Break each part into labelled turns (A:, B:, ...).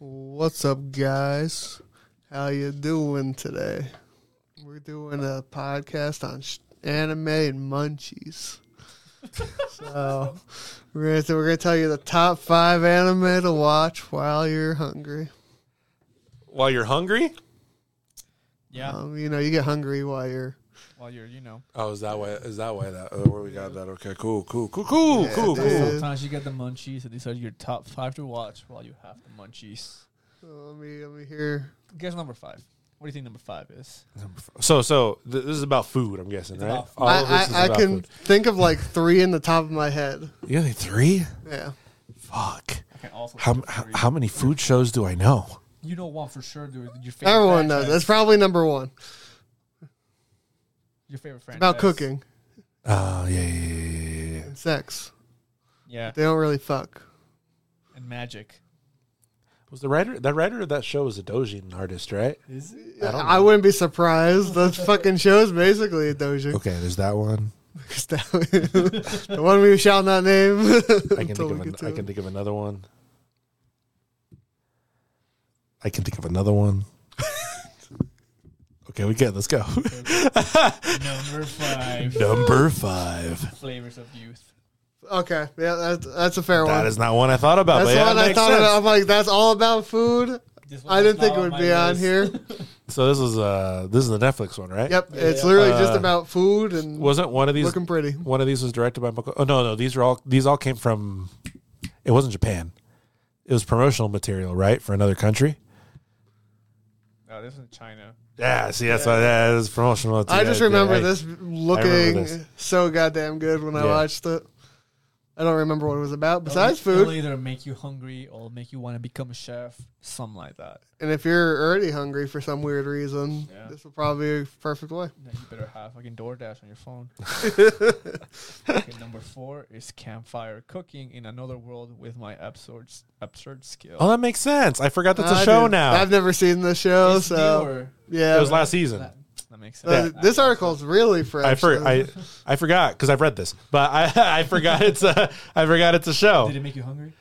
A: What's up, guys? How you doing today? We're doing a podcast on sh- anime and munchies. so we're gonna, we're gonna tell you the top five anime to watch while you're hungry.
B: While you're hungry?
C: Yeah,
A: Um, you know, you get hungry while you're
C: while you're, you know,
B: Oh, is that way? Is that way? That oh, where we got that? Okay, cool, cool, cool, cool,
A: Yeah,
B: cool,
A: dude.
B: cool.
C: sometimes you get the munchies, and these are your top five to watch while you have the munchies.
A: let me let me hear.
C: Guess number five. What do you think number five is?
B: So, so th- this is about food, I'm guessing, right?
C: about food.
B: All of
A: I,
B: this is
A: I, I
B: about
A: can
B: food.
A: think of like three in the top of my head.
B: You only three?
A: Yeah.
B: Fuck.
C: I can also
B: How,
C: think of
B: how
C: three.
B: how many food shows do I know?
C: you know one for sure, dude. Your favorite.
A: Everyone knows.
C: franchise.
A: That's probably number one.
C: your favorite franchise.
A: About cooking
B: Oh yeah, yeah, yeah, yeah, yeah.
A: and sex.
C: Yeah,
A: They don't really fuck.
C: and magic.
B: Was the writer that writer of that show was a Dojin artist, right?
C: Is it?
B: I don't
A: I,
B: know.
A: wouldn't be surprised. The fucking show's basically a dojo.
B: Okay, there's that one.
A: the one we shall not name.
B: I can
A: until
B: think
A: we
B: of an,
A: get to
B: I
A: it.
B: can think of another one. I can think of another one. okay, we good. Let's go.
C: number five.
B: Number five.
C: Flavors of youth.
A: Okay, yeah, that's, that's a fair
B: That
A: one.
B: is not one I thought about.
A: that's
B: but
A: the
B: yeah,
A: one
B: it
A: I
B: makes
A: thought
B: sense.
A: about. I'm like, that's all about food.
C: This
A: I
C: one's
A: didn't think
C: not
A: it
C: on
A: would
C: my
A: be on
C: list.
A: here.
B: So this is uh this is the Netflix one, right?
A: Yep,
C: Yeah,
A: it's
C: yeah.
A: literally just
B: Uh,
A: about food and
B: Wasn't one of these
A: looking pretty.
B: one of these was directed by Michael? Oh no, no, these are all these all came from. It wasn't Japan. It was promotional material, right, for another country.
C: No, this is in China.
B: Yeah, see, that's why that is promotional.
A: I
B: material.
A: just remember
B: Hey,
A: this looking
B: this.
A: so goddamn good when I
B: Yeah.
A: watched it. I don't remember what it was about
C: They'll-
A: besides
C: They'll
A: food.
C: either make you hungry or make you want to become a chef, something like that.
A: And if you're already hungry for some weird reason,
C: Yeah.
A: this will probably be a perfect way.
C: Then you better have fucking DoorDash on your phone. okay, number four is campfire cooking in another world with my absurd absurd skill.
B: Oh, that makes sense. I forgot that's
A: I
B: a show
A: didn't-
B: now.
A: I've never seen the show,
C: It's
A: Oh, so
C: newer.
A: yeah.
B: it was last season.
C: That, that makes
A: Uh,
C: sense.
A: This article's really fresh.
B: I for, I I forgot because I've read this, but I I forgot it's a I forgot it's a show.
C: Did it make you hungry?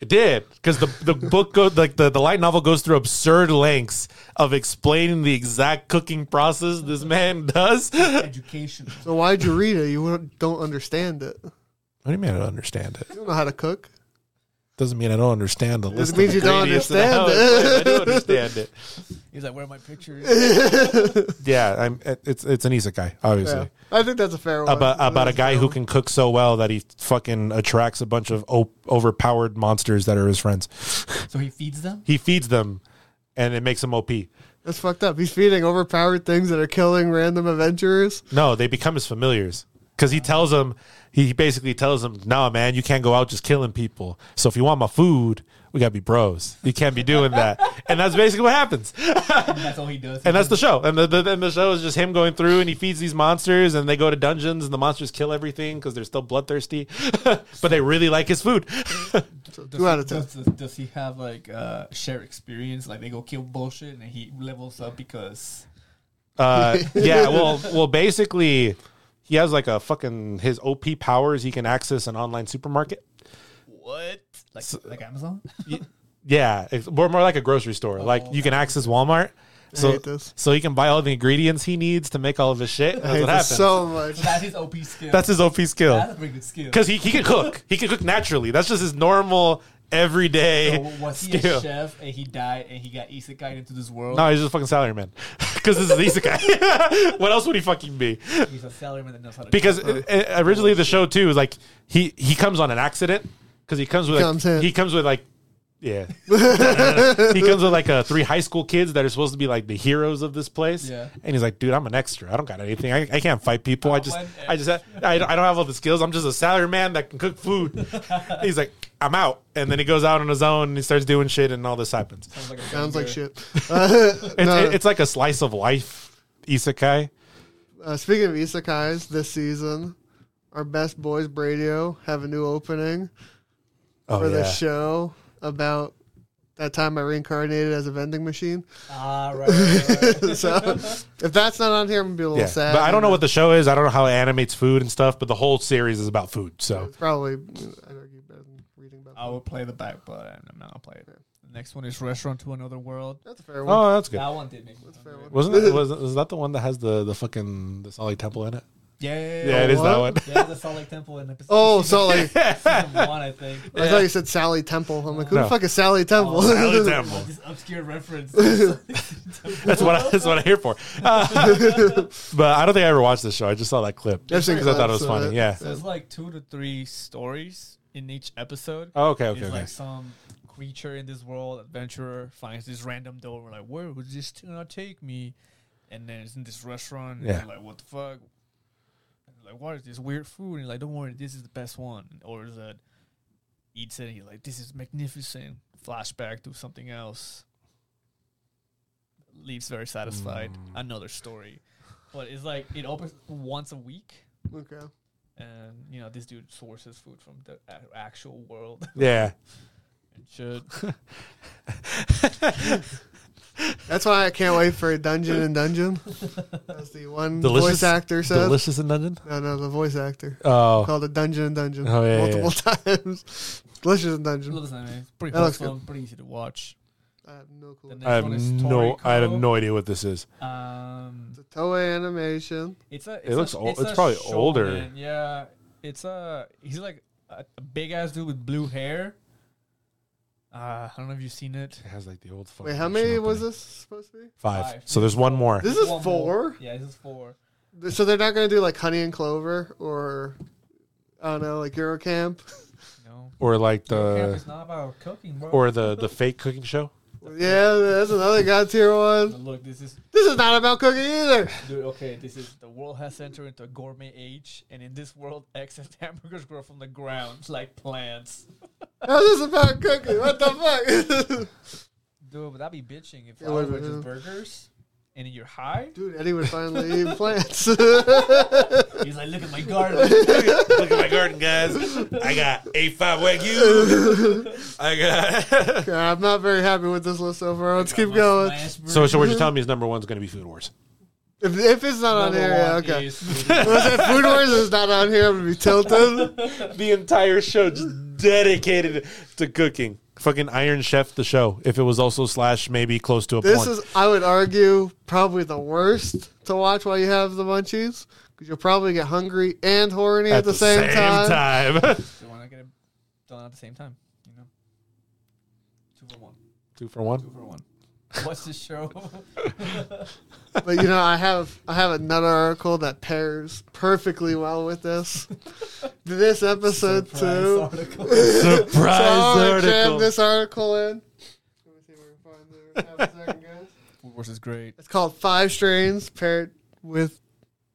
B: It did because the the book go like the, the light novel goes through absurd lengths of explaining the exact cooking process this man does. What
C: Education.
A: so why'd you read it? You wouldn't- don't understand it. You
B: do you mean I don't understand it?
A: don't know how to cook.
B: Doesn't mean I don't understand the list.
A: means
B: of
A: you don't
B: ingredients and how
A: understand
B: it's made. I do understand it.
C: He's like, where are my pictures?
B: Yeah, I'm, it's it's an isekai, obviously.
A: Yeah. I think that's a fair one.
B: About about a
A: That's
B: guy
A: fair
B: who
A: one.
B: can cook so well that he fucking attracts a bunch of o- overpowered monsters that are his friends.
C: so he feeds them.
B: He feeds them, and it makes them OP.
A: That's fucked up. He's feeding overpowered things that are killing random adventurers.
B: No, they become his familiars because he tells them. He basically tells them, "Nah, man, you can't go out just killing people. So if you want my food, we gotta be bros. You can't be doing that." and that's basically what happens.
C: And that's all he does.
B: And that's the show. And the, the and the show is just him going through, and he feeds these monsters, and they go to dungeons, and the monsters kill everything because they're still bloodthirsty, but they really like his food.
C: does,
A: Two out of ten.
C: Does, does, does he have like uh, shared experience? Like they go kill bullshit and he levels up because
B: Uh, yeah, well, well, basically, he has like a fucking his OP powers. He can access an online supermarket.
C: what? Like like Amazon?
B: Yeah, it's more, more like a grocery store. like you can access Walmart. So,
A: Oh, hate this.
B: so he can buy all the ingredients he needs to make all of his shit. That's
A: I hate
B: what happens.
A: this so much.
C: that's his OP skill.
B: That's his OP
C: that's
B: skill
C: a pretty good skill.
B: because he, he can cook. He can cook naturally. That's just his normal everyday
C: So was he
B: skill.
C: a chef and he died and he got isekai into this world?
B: No, he's just a fucking salaryman. Because this is isekai. what else would he fucking be?
C: He's a salaryman that knows how to
B: Because uh, uh, originally the show too is like he he comes on an accident because he comes with like,
A: comes in.
B: he comes with like yeah he comes with like uh, three high school kids that are supposed to be like the heroes of this place
C: Yeah.
B: and he's like dude I'm an extra I don't got anything I, I can't fight people I
C: I'm
B: just
C: an
B: I just I, I don't have all the skills I'm just a salaryman that can cook food he's like I'm out and then he goes out on his own and he starts doing shit and all this happens
C: Sounds like, a
A: Sounds like
C: banger.
A: shit. Uh,
B: it's,
A: no,
B: it's like a slice of life isekai.
A: uh, speaking of isekais, this season, our best boys Bradio have a new opening
B: Oh,
A: for the show about that time I reincarnated as a vending machine.
C: Ah, right. right, right, right.
A: so if that's not on here, I'm gonna be a little
B: Yeah.
A: sad.
B: But I don't know what the show is. I don't know how it animates food and stuff, but the whole series is about food. So
A: It's probably I'd argue better than reading about.
B: Oh.
C: I would play the back, but I'm not gonna play it. The next one is Restaurant to Another World.
A: That's a fair one.
B: Oh, that's good.
C: That one did make me
A: That's a fair
C: hungry.
A: one.
B: Wasn't it? Was, was that the one that has the the fucking the Salt Lake Temple in it?
C: Yeah, yeah,
B: Yeah, it is that one.
A: what?
C: That was a Salt Lake Temple in episode.
A: Oh, so like
C: season one, I think.
A: I thought you said Sally Temple. I'm like, who
B: No.
A: the fuck is Sally Temple?
C: Oh,
B: Sally Temple.
C: Like this obscure reference.
B: That's what I, that's what I'm here for. Uh, but I don't think I ever watched this show. I just saw that clip
A: I've
B: because
A: seen
B: I thought it
A: clips
B: was
A: of
B: funny.
A: it.
B: Yeah.
C: so it's like two to three stories in each episode.
B: Oh, okay. Okay.
C: it's
B: Okay.
C: like some creature in this world, adventurer finds this random door. We're like, where would this gonna take me? And then it's in this restaurant.
B: Yeah.
C: And we're like, what the fuck? And we're like, what is this weird food? And you're like, don't worry, this is the best one. And orders that eats it. And you're like, this is magnificent. Flashback to something else. Leaves very satisfied.
B: Mm.
C: Another story, but it's like it opens once a week.
A: Okay.
C: And you know this dude sources food from the a- actual world
B: Yeah.
C: and shit.
A: That's why I can't wait for Dungeon and Dungeon. That's the one
B: Delicious-
A: voice actor said.
B: Delicious in Dungeon.
A: no, no, the voice actor
B: Oh.
A: called it Dungeon and Dungeon
B: Oh, yeah, yeah,
A: multiple times. Delicious and Dungeon.
C: Listen, man, it's pretty
A: That looks
C: wholesome, pretty easy to watch.
A: I have no clue.
C: The
A: It's
C: next
B: I have
C: one is
B: no. I have
C: Toriko.
B: no idea what this is.
C: Um,
A: a Toei animation.
C: it's a. It's
B: looks
C: a,
B: ol- it's probably older.
C: shonen, Yeah, it's a. He's like a, a big ass dude with blue hair. Uh, I don't know if you've seen it.
B: It has like the old.
A: Wait, how many was this supposed to be?
B: Five.
C: Five.
B: So there's one more.
A: This is
C: One
A: four?
C: More. Yeah, this is four.
A: So they're not going to do like Honey and Clover or I don't know, like Eurocamp.
C: No,
B: Or like
C: Camp
B: the
C: is not about cooking, bro.
B: or the the fake cooking show.
A: yeah, that's another God tier one.
C: look, this is
A: This is not about cooking either.
C: Dude, okay, this is the world has entered into a gourmet age, and in this world, eggs and hamburgers grow from the ground like plants.
A: How's this about cooking? What the fuck?
C: Dude, but that'd be bitching if
A: It
C: I was
A: would've
C: just
A: been.
C: burgers and you're high.
A: Dude, Eddie would finally eat plants.
C: He's like, look at my garden.
B: Look at my garden, guys. I got eight five wagyu. I got.
A: God, I'm not very happy with this list so far. Let's keep
C: My
A: going.
C: smash burger.
B: so so what you're telling me is number one's going to be Food Wars.
A: If, if it's not on
C: Number
A: here, yeah,
C: one
A: okay.
C: is-
A: Unless that Food Wars is not on here, I'm gonna be tilted.
B: the entire show just dedicated to cooking. Fucking Iron Chef, the show. If it was also slash maybe close to a
A: This
B: point.
A: is, I would argue, probably the worst to watch while you have the munchies. Because you'll probably get hungry and horny at, the, same, time.
B: time.
C: So why not get it done at the same time? You know, two for one,
B: Two for one.
C: two for one. What's the show?
A: But you know, I have I have another article that pairs perfectly well with this. This episode
C: Surprise
A: too.
C: article.
B: Surprise
A: So I'll
B: article.
A: jam this article in. Let me see if we can find it. Have a second, guys.
C: Food Wars is great.
A: It's called Five Strains Paired with.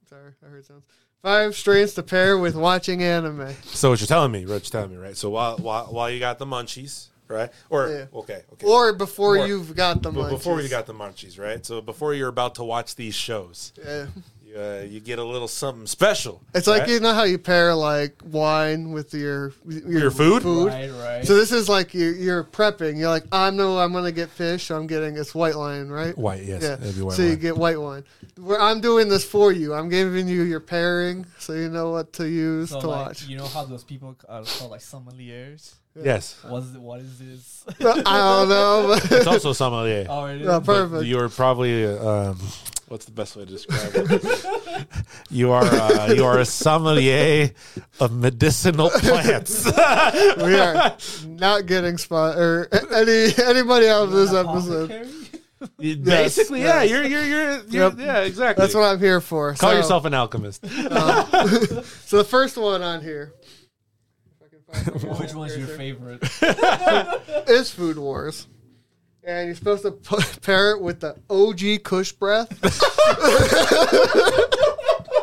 A: Sorry, I heard sounds. Five strains to pair with watching anime.
B: So what you're telling me, Rich, telling me right. So while while while you got the munchies, right? Or
A: Yeah.
B: okay, okay.
A: Or before
B: Before-
A: you've got the
B: but
A: munchies.
B: before you got the munchies, right? So before you're about to watch these shows,
A: Yeah.
B: you, uh, you get a little something special.
A: It's like
B: right?
A: you know how you pair like wine with your your,
B: Your food?
C: Right, right.
A: So this is like you, you're prepping. You're like, I know I'm gonna get fish. I'm getting it's white wine, right?
B: White, yes,
A: Yeah.
B: it'd be white
A: so you
B: wine.
A: get white wine. Where I'm doing this for you. I'm giving you your pairing, so you know what to use
C: So
A: to
C: like,
A: watch.
C: you know how those people are called like sommeliers?
B: Yes,
C: What is what is this?
A: I don't know. But
B: it's also sommelier.
C: oh, it is.
A: Yeah,
B: But
A: perfect.
B: You're probably um, what's the best way to describe it? you are uh, you are a sommelier of medicinal plants.
A: we are not getting spot or a- any anybody out of this episode.
C: Apothecary?
B: Basically, yeah,
A: yes.
B: you're you're you're, you're
A: Yep.
B: yeah, exactly.
A: That's what I'm here for. So-
B: Call
A: um,
B: yourself an alchemist.
A: So the first one on here. If I can find it.
C: Which one's your favorite?
A: is Food Wars. And you're supposed to p- pair it with the OG Kush breath.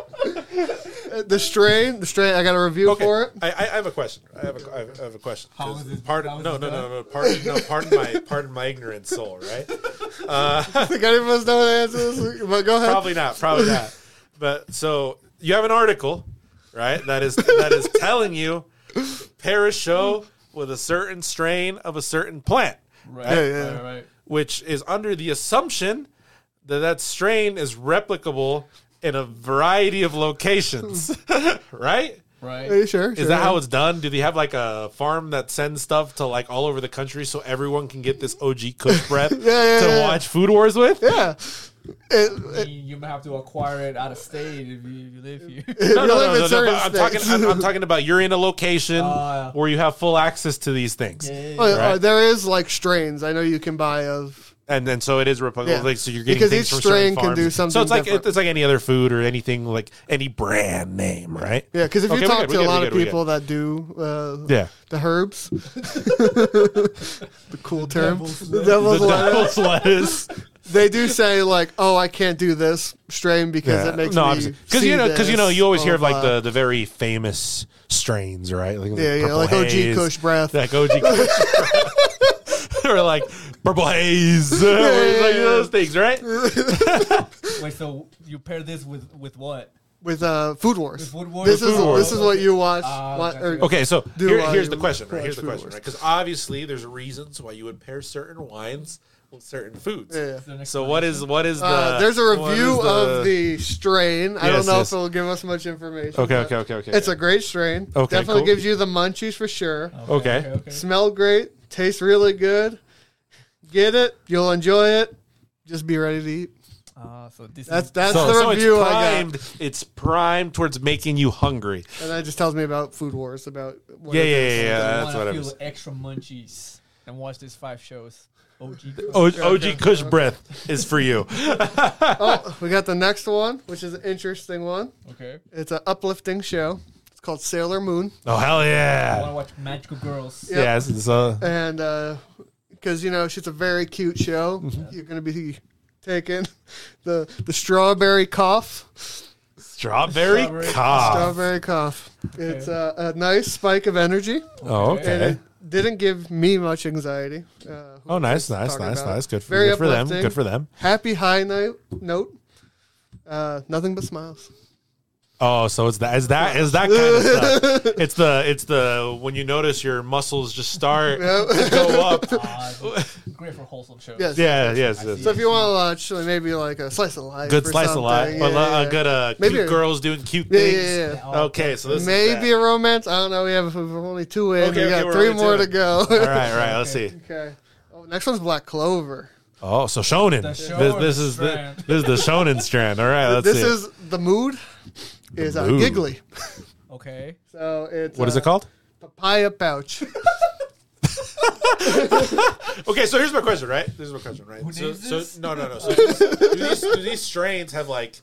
A: the strain, the strain. I got a review for it.
B: I, I I have a question. I have a, I have, I have a question.
C: How is it- how
B: Pardon,
C: is
B: no,
C: it
B: no, no,
C: done?
B: no, pardon, no, pardon my, pardon my ignorant soul. Right?
A: I think any of us know the answer. to this, But go ahead.
B: Probably not. Probably not. But so you have an article, right? That is that is telling you pair a show with a certain strain of a certain plant,
C: Right,
A: Yeah, yeah.
C: right, right.
B: which is under the assumption that that strain is replicable in a variety of locations, right?
A: Are
C: right?
A: you sure?
B: Is that how it's done? Do they have like a farm that sends stuff to like all over the country so everyone can get this OG cook prep
A: yeah,
B: to
A: yeah.
B: watch Food Wars with?
A: Yeah. It, it,
C: You, you might have to acquire it out of state if you, if you live here.
A: if
B: No,
A: you
B: no,
A: live in
B: no, no, no,
A: certain
B: but I'm talking.
A: states.
B: I'm, I'm talking about you're in a location
C: Ah.
B: where you have full access to these things,
C: Yeah, yeah,
A: Oh,
C: yeah.
A: yeah,
B: Right.
A: oh, there is like strains. I know you can buy of.
B: and then so it is
A: Yeah.
B: Republican. Like, so you're getting
A: Because
B: things
A: each
B: from certain
A: strain can do
B: farms. So
A: something
B: it's like
A: different.
B: it's like any other food or anything like any brand name, right?
A: Yeah, because if
B: Okay,
A: you
B: we
A: talk
B: good, we
A: to
B: good,
A: a
B: we
A: lot
B: good, we
A: of people that do uh,
B: Yeah.
A: the herbs, the cool term,
C: devil's
A: the
C: lettuce.
A: devil's
B: The
A: lettuce,
B: devil's lettuce.
A: they do say like, "Oh, I can't do this strain because
B: Yeah.
A: it makes
B: no,
A: me."
B: because you know, because you know, you always hear of like
A: the.
B: the, the very famous strains, right? Like,
A: Yeah, yeah,
B: Purple
A: like OG
B: Haze,
A: Kush breath.
B: like OG Kush, breath. or like purple haze, like those things, right?
C: Wait, so you pair this with with what?
A: with uh, Food Wars.
C: With Food Wars?
A: This is
B: Food Wars.
A: this is what you watch.
C: Ah,
A: wa- or-
C: gotcha.
B: Okay, so
A: Do
B: here-
A: I
B: here's the question, right?
A: watch
B: Here's the
A: Food
B: question,
A: Wars?
B: right? Because obviously, there's reasons why you would pair certain wines with certain foods.
A: Yeah.
C: Is there an
B: So what is what is the?
A: Uh, there's a
B: what
A: review
B: is
A: of the strain. I don't
B: Yes,
A: know
B: yes.
A: if it'll give us much information.
B: Okay,
A: but
B: okay, okay, okay.
A: It's a great strain.
B: Okay,
A: Definitely
B: cool.
A: gives you the munchies for sure.
C: explanation?
B: okay.
A: Smell great. Tastes really good. Get it. You'll enjoy it. Just be ready to eat.
C: Ah, so this
A: That's
C: is
A: that's
B: so,
A: the
B: so
A: review
B: it's
A: I
B: primed.
A: got,
B: It's primed towards making you hungry.
A: and that just tells me about Food Wars about what
B: Yeah,
A: it
B: yeah,
A: is.
B: yeah, yeah.
C: I
B: that's
C: wanna
B: what I
C: feel
B: was-
C: Extra munchies and watch these five shows. OG.
B: O- OG Kush breath is for you.
A: Oh, we got the next one, which is an interesting one.
C: Okay.
A: It's an uplifting show. It's called Sailor Moon.
B: Oh hell
C: I
B: yeah!
C: want to watch Magical Girls.
A: Yeah.
B: Yeah, it's, uh,
A: and because you know she's a very cute show,
B: Mm-hmm.
A: you're gonna be taking the the strawberry cough,
B: strawberry,
C: Strawberry
B: cough.
A: strawberry cough. It's uh, a nice spike of energy,
B: Oh
C: Okay.
A: and
B: okay.
A: it didn't give me much anxiety. Uh,
B: Oh nice, nice,
A: talking
B: nice,
A: about.
B: nice. Good for,
A: Very
B: good for them.
A: uplifting.
B: Good for them.
A: happy high note, note. Uh, nothing but smiles.
B: Oh, so it's that is that is that kind of stuff. It's the it's the when you notice your muscles just start to go up.
C: Ah, it's great for wholesome shows.
A: Oh, Yes.
B: Yeah, yes. yes.
A: So if you want to watch like, maybe like a slice of life,
B: good
A: or
B: slice of life.
A: something,
B: Well,
A: yeah,
B: uh,
A: yeah.
B: good uh,
A: Maybe
B: cute
A: a-
B: girls doing cute
A: Yeah,
B: things.
A: yeah, yeah.
B: Okay, so this
A: Maybe
B: Is
A: a romance. I don't know. We have we're only two in.
B: Okay,
A: we
B: okay,
A: got
B: we're
A: three
B: only
A: more to
B: two in.
A: go.
B: that. All right, all right. Let's see.
A: okay. Oh, next one's Black Clover.
B: Oh, so shonen.
C: The
B: This, this
C: shonen
B: is the,
C: strand.
B: this is the shonen strand. All right, let's
A: this
B: see.
A: is the mood is uh,
B: mood.
A: giggly.
C: Okay.
A: So it's
B: what is it
A: uh,
B: called?
A: Papaya pouch.
B: Okay, so here's my question, right? This is my question, right?
C: Who
B: so,
C: names
B: so
C: this?
B: no, no, no. So do, these, do these strains have like,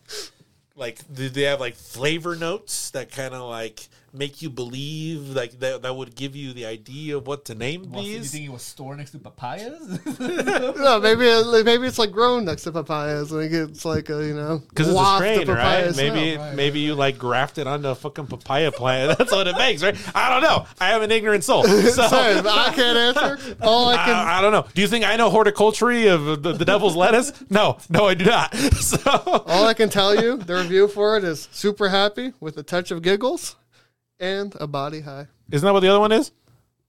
B: like do they have like flavor notes that kind of like make you believe, like that that would give you the idea of what to name
C: Well, so you
B: these?
C: think it was stored next to papayas?
A: no, maybe it- maybe it's like grown next to papayas. Like it's like a you know
B: Because it's a
A: waft of
B: strain,
A: papaya
B: right? Maybe
A: smell.
C: right,
B: maybe you like grafted onto a fucking papaya plant. That's what it makes, right? I don't know. I am an ignorant soul. So,
A: Sorry, but I can't answer. All I can
B: I, I don't know. Do you think I know horticulture of the, the devil's lettuce? No, no, I do not. So
A: all I can tell you, the review for it is super happy with a touch of giggles and a body high.
B: isn't that what the other one is?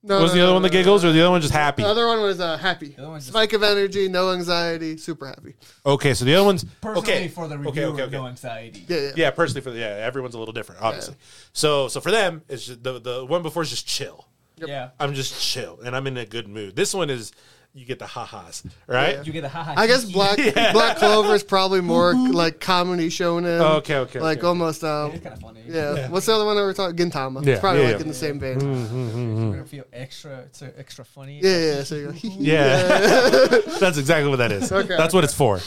A: No,
B: Was
A: no,
B: the
A: no,
B: other one
A: no,
B: the
A: no,
B: giggles
A: no.
B: or the other one just happy?
A: The other one was uh, happy.
C: other one's just-
A: Spike of energy, no anxiety, super happy.
B: Okay, so the other one's
C: Personally,
B: okay
C: for the
B: okay,
C: reviewer,
B: okay, okay.
C: no anxiety.
A: Yeah, yeah.
B: Yeah, personally for the, yeah, everyone's a little different, obviously. So so for them, it's just, the the one before is just chill.
C: Yeah.
B: I'm just chill and I'm in a good mood. This one is you get the ha-has, right?
C: You get a haha.
A: I guess Black Black Clover is probably more like comedy shonen.
B: Oh, Okay, okay,
A: Like
B: okay.
A: almost uh,
C: It's kind of funny.
A: yeah. What's the other one that we're talking? Gintama.
B: Yeah,
A: It's probably
B: yeah,
A: like
B: yeah. Mm.
A: in the same vein.
C: You're gonna feel extra. It's uh, extra funny.
A: Yeah, yeah. yeah, So you go.
B: Yeah. That's exactly what that is.
A: Okay,
B: That's what it's for.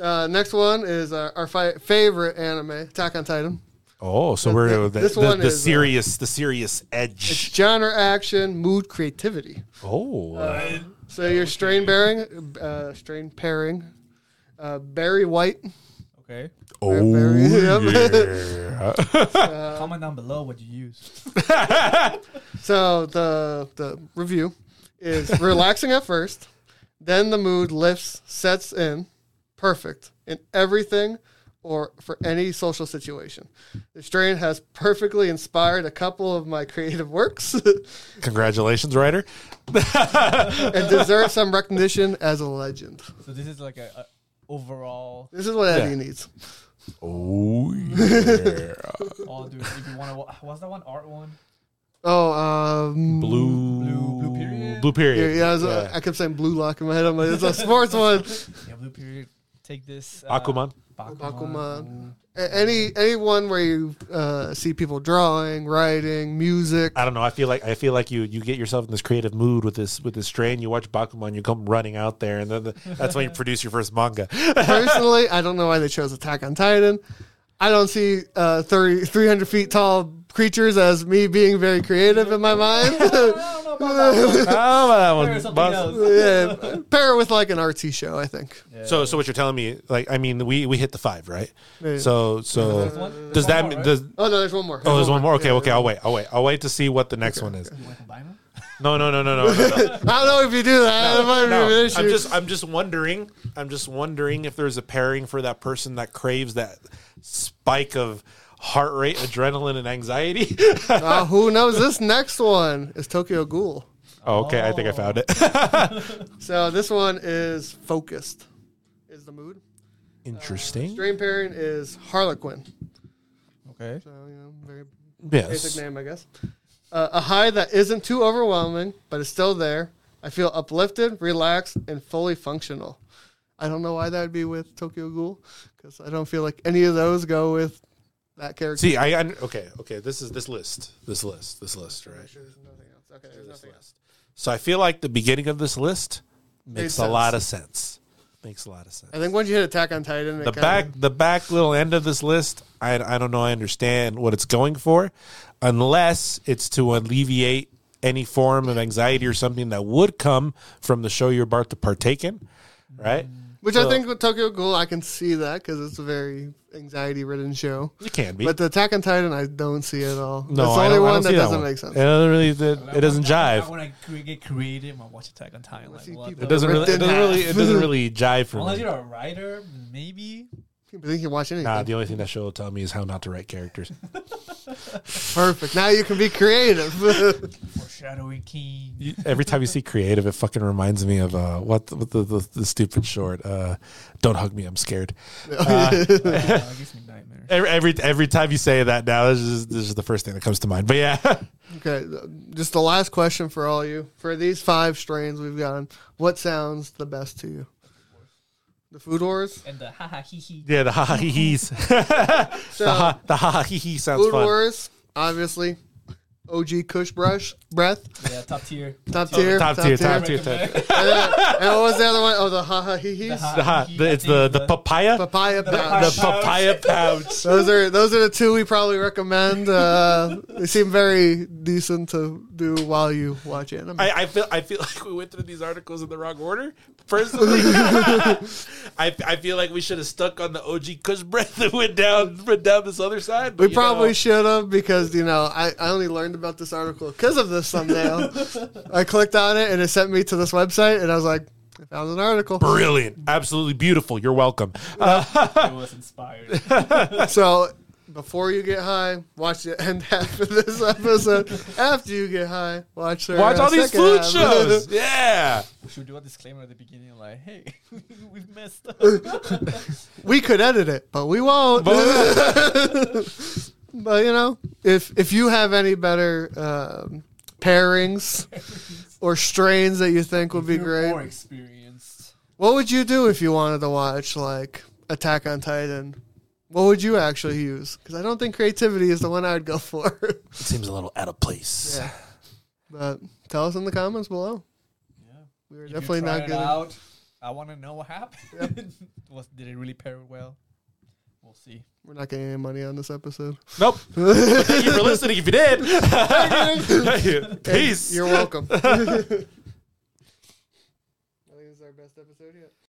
A: Uh, next one is uh, our fi- favorite anime, Attack on Titan.
B: Oh, so we're the,
A: this
B: the,
A: one
B: the
A: is, uh,
B: serious the serious
A: It's
B: edge.
A: genre, action, mood, creativity.
B: Oh.
A: Uh, So you're strain bearing, uh, strain pairing. Uh, Barry White.
C: Okay.
B: oh.
A: very-
B: yeah.
C: Comment down below what you use.
A: So the the review is relaxing at first, then the mood lifts, sets in, perfect in everything or for any social situation. The strain has perfectly inspired a couple of my creative works
B: Congratulations, writer.
A: and deserves some recognition as a legend.
C: So this is like a, a overall.
A: This is what
B: Yeah.
A: Eddie needs.
B: Oh yeah.
C: Oh, dude, if you want to, what's that one? Art one.
A: Oh, um,
B: blue,
C: Blue- Blue Period?
B: Blue
A: Yeah,
B: period.
A: yeah, I, was,
B: Yeah.
A: I kept saying blue lock in my head. I'm like, it's a sports one.
C: Yeah, blue period. Take this. uh,
B: Aquaman.
A: Bakuman. Oh, A- Any anyone where you uh, see people drawing, writing, music.
B: I don't know. I feel like I feel like you you get yourself in this creative mood with this with this strain. You watch Bakuman, you come running out there, and then the, that's when you produce your first manga.
C: Oh,
A: Personally, I don't know why they chose Attack on Titan. I don't see uh, 30, 300 feet tall creatures as me being very creative in my mind.
C: I don't know about that.
B: Oh,
C: one. There
B: that
C: is
B: one.
C: something
B: Boss.
C: else.
A: yeah, pair it with like an artsy show, I think.
C: Yeah.
B: So so what you're telling me? Like I mean, we we hit the five, right?
A: Yeah.
B: So
C: There's
B: so
C: one-
B: does
C: there's one
B: that
C: more,
B: mean
C: right?
B: does?
A: Oh no, there's one more.
B: Oh, there's one more. Okay,
A: Yeah,
B: okay.
A: yeah.
B: I'll wait. I'll wait. I'll wait to see what the next one is.
C: You wanna combine them?
B: No, no, no, no, no, no. no.
A: I don't know if you do that. that might be an
B: No,
A: issue.
B: I'm just I'm just wondering. I'm just wondering if there's a pairing for that person that craves that spike of heart rate, adrenaline, and anxiety.
A: Uh, who knows? This next one is Tokyo Ghoul.
B: oh, okay, I think I found it.
A: So this one is focused. Is the mood?
B: Interesting.
A: Dream pairing is Harlequin.
C: Okay.
A: So you know, very
B: Yes.
A: basic name, I guess. Uh, a high that isn't too overwhelming, but is still there. I feel uplifted, relaxed, and fully functional. I don't know why that would be with Tokyo Ghoul because I don't feel like any of those go with that character.
B: See, I, I okay, okay. This is this list, this list, this list, right?
A: There's nothing else. Okay, there's
B: This
A: nothing else.
B: list. So I feel like the beginning of this list makes a
A: sense.
B: lot of sense. Makes a lot of sense.
A: I think once you hit Attack on Titan, it
B: the
A: kinda-
B: back the back little end of this list I, I don't know i understand what it's going for unless it's to alleviate any form of anxiety or something that would come from the show you're about to partake in right
A: which I
B: So-
A: think with Tokyo Ghoul, I can see that because it's a very anxiety-ridden show.
B: it can be
A: But the Attack on Titan, I don't see at all.
B: no
A: it's the
B: I
A: only
B: don't- I
A: one
B: don't
A: that
B: see
A: doesn't
B: one. Eh.
A: make sense.
B: it doesn't really it, it doesn't jive
C: When I cre- get creative, I watch Attack on Titan. Like,
A: see
C: what
A: people-
B: it doesn't really it
A: Ripped in
B: doesn't really
A: half.
B: it doesn't really jive for
C: Unless
B: me
C: you're a writer, maybe.
A: I think you can watch anything.
B: Nah, the only thing that show will tell me is how not to write characters.
A: Perfect. Now you can be creative.
C: Foreshadowing King.
B: You- Every time you see creative, it fucking reminds me of uh, what the, what the, the, the stupid short. Uh, Don't hug me, I'm scared.
C: Uh, it gives me nightmares.
B: Every, every every time you say that now, this is this is the first thing that comes to mind. But yeah,
A: okay, just the last question for all you. For these five strains we've gotten, what sounds the best to you? The Food Wars?
C: And the ha ha hee hee.
B: yeah, the ha ha hee hees, the
A: So,
B: ha the ha ha hee hee sounds
A: Food
B: fun.
A: Wars, obviously. OG Kush Brush, Breath,
C: Yeah, top tier.
A: Top Tier.
B: Top tier, top tier, top tier.
C: Recommend.
A: And, then- and what was the other one? Oh, the Ha Ha Hee Hees.
C: ha-
B: The ha,
C: hee,
B: the,
C: I
B: it's
C: think
B: the the
C: the-
B: papaya, the
A: Papaya Pouch.
B: papaya
C: papaya.
B: pouch.
A: Those are those are the two we probably recommend. Uh, they seem very decent to do while you watch anime.
B: I, I feel I feel like we went through these articles in the wrong order. Personally, I, I feel like we should have stuck on the OG Kush breath and went down went down this other side. But
A: We
B: you
A: probably
B: know,
A: should have because you know I, I only learned about this article because of this thumbnail. I clicked on it and it sent me to this website and I was like, I found an article.
B: brilliant, absolutely beautiful. You're welcome. Uh,
C: I was inspired.
A: so before you get high, watch the end half of this episode. After you get high, watch the
B: watch
A: uh,
B: all these
A: second
B: food
A: half.
B: shows. Yeah.
C: we should do a disclaimer at the beginning, like, hey, we've messed up.
A: we could edit it, but we won't. But, you know, if if you have any better um, pairings or strains that you think would be
C: You're
A: great.
C: More experienced.
A: What would you do if you wanted to watch like Attack on Titan? What would you actually use? Because I don't think creativity is the one I'd go for.
B: It seems a little out of place.
A: yeah. But tell us in the comments below.
C: Yeah.
A: We were
C: If you
A: definitely
C: try
A: not
C: it
A: good. at-
C: out, I want to know what happened. Was did it really pair well? We'll see.
A: We're not getting any money on this episode.
B: Nope. But thank you for listening. If you did,
A: Hey,
B: peace.
A: You're welcome. I think this is our best episode yet.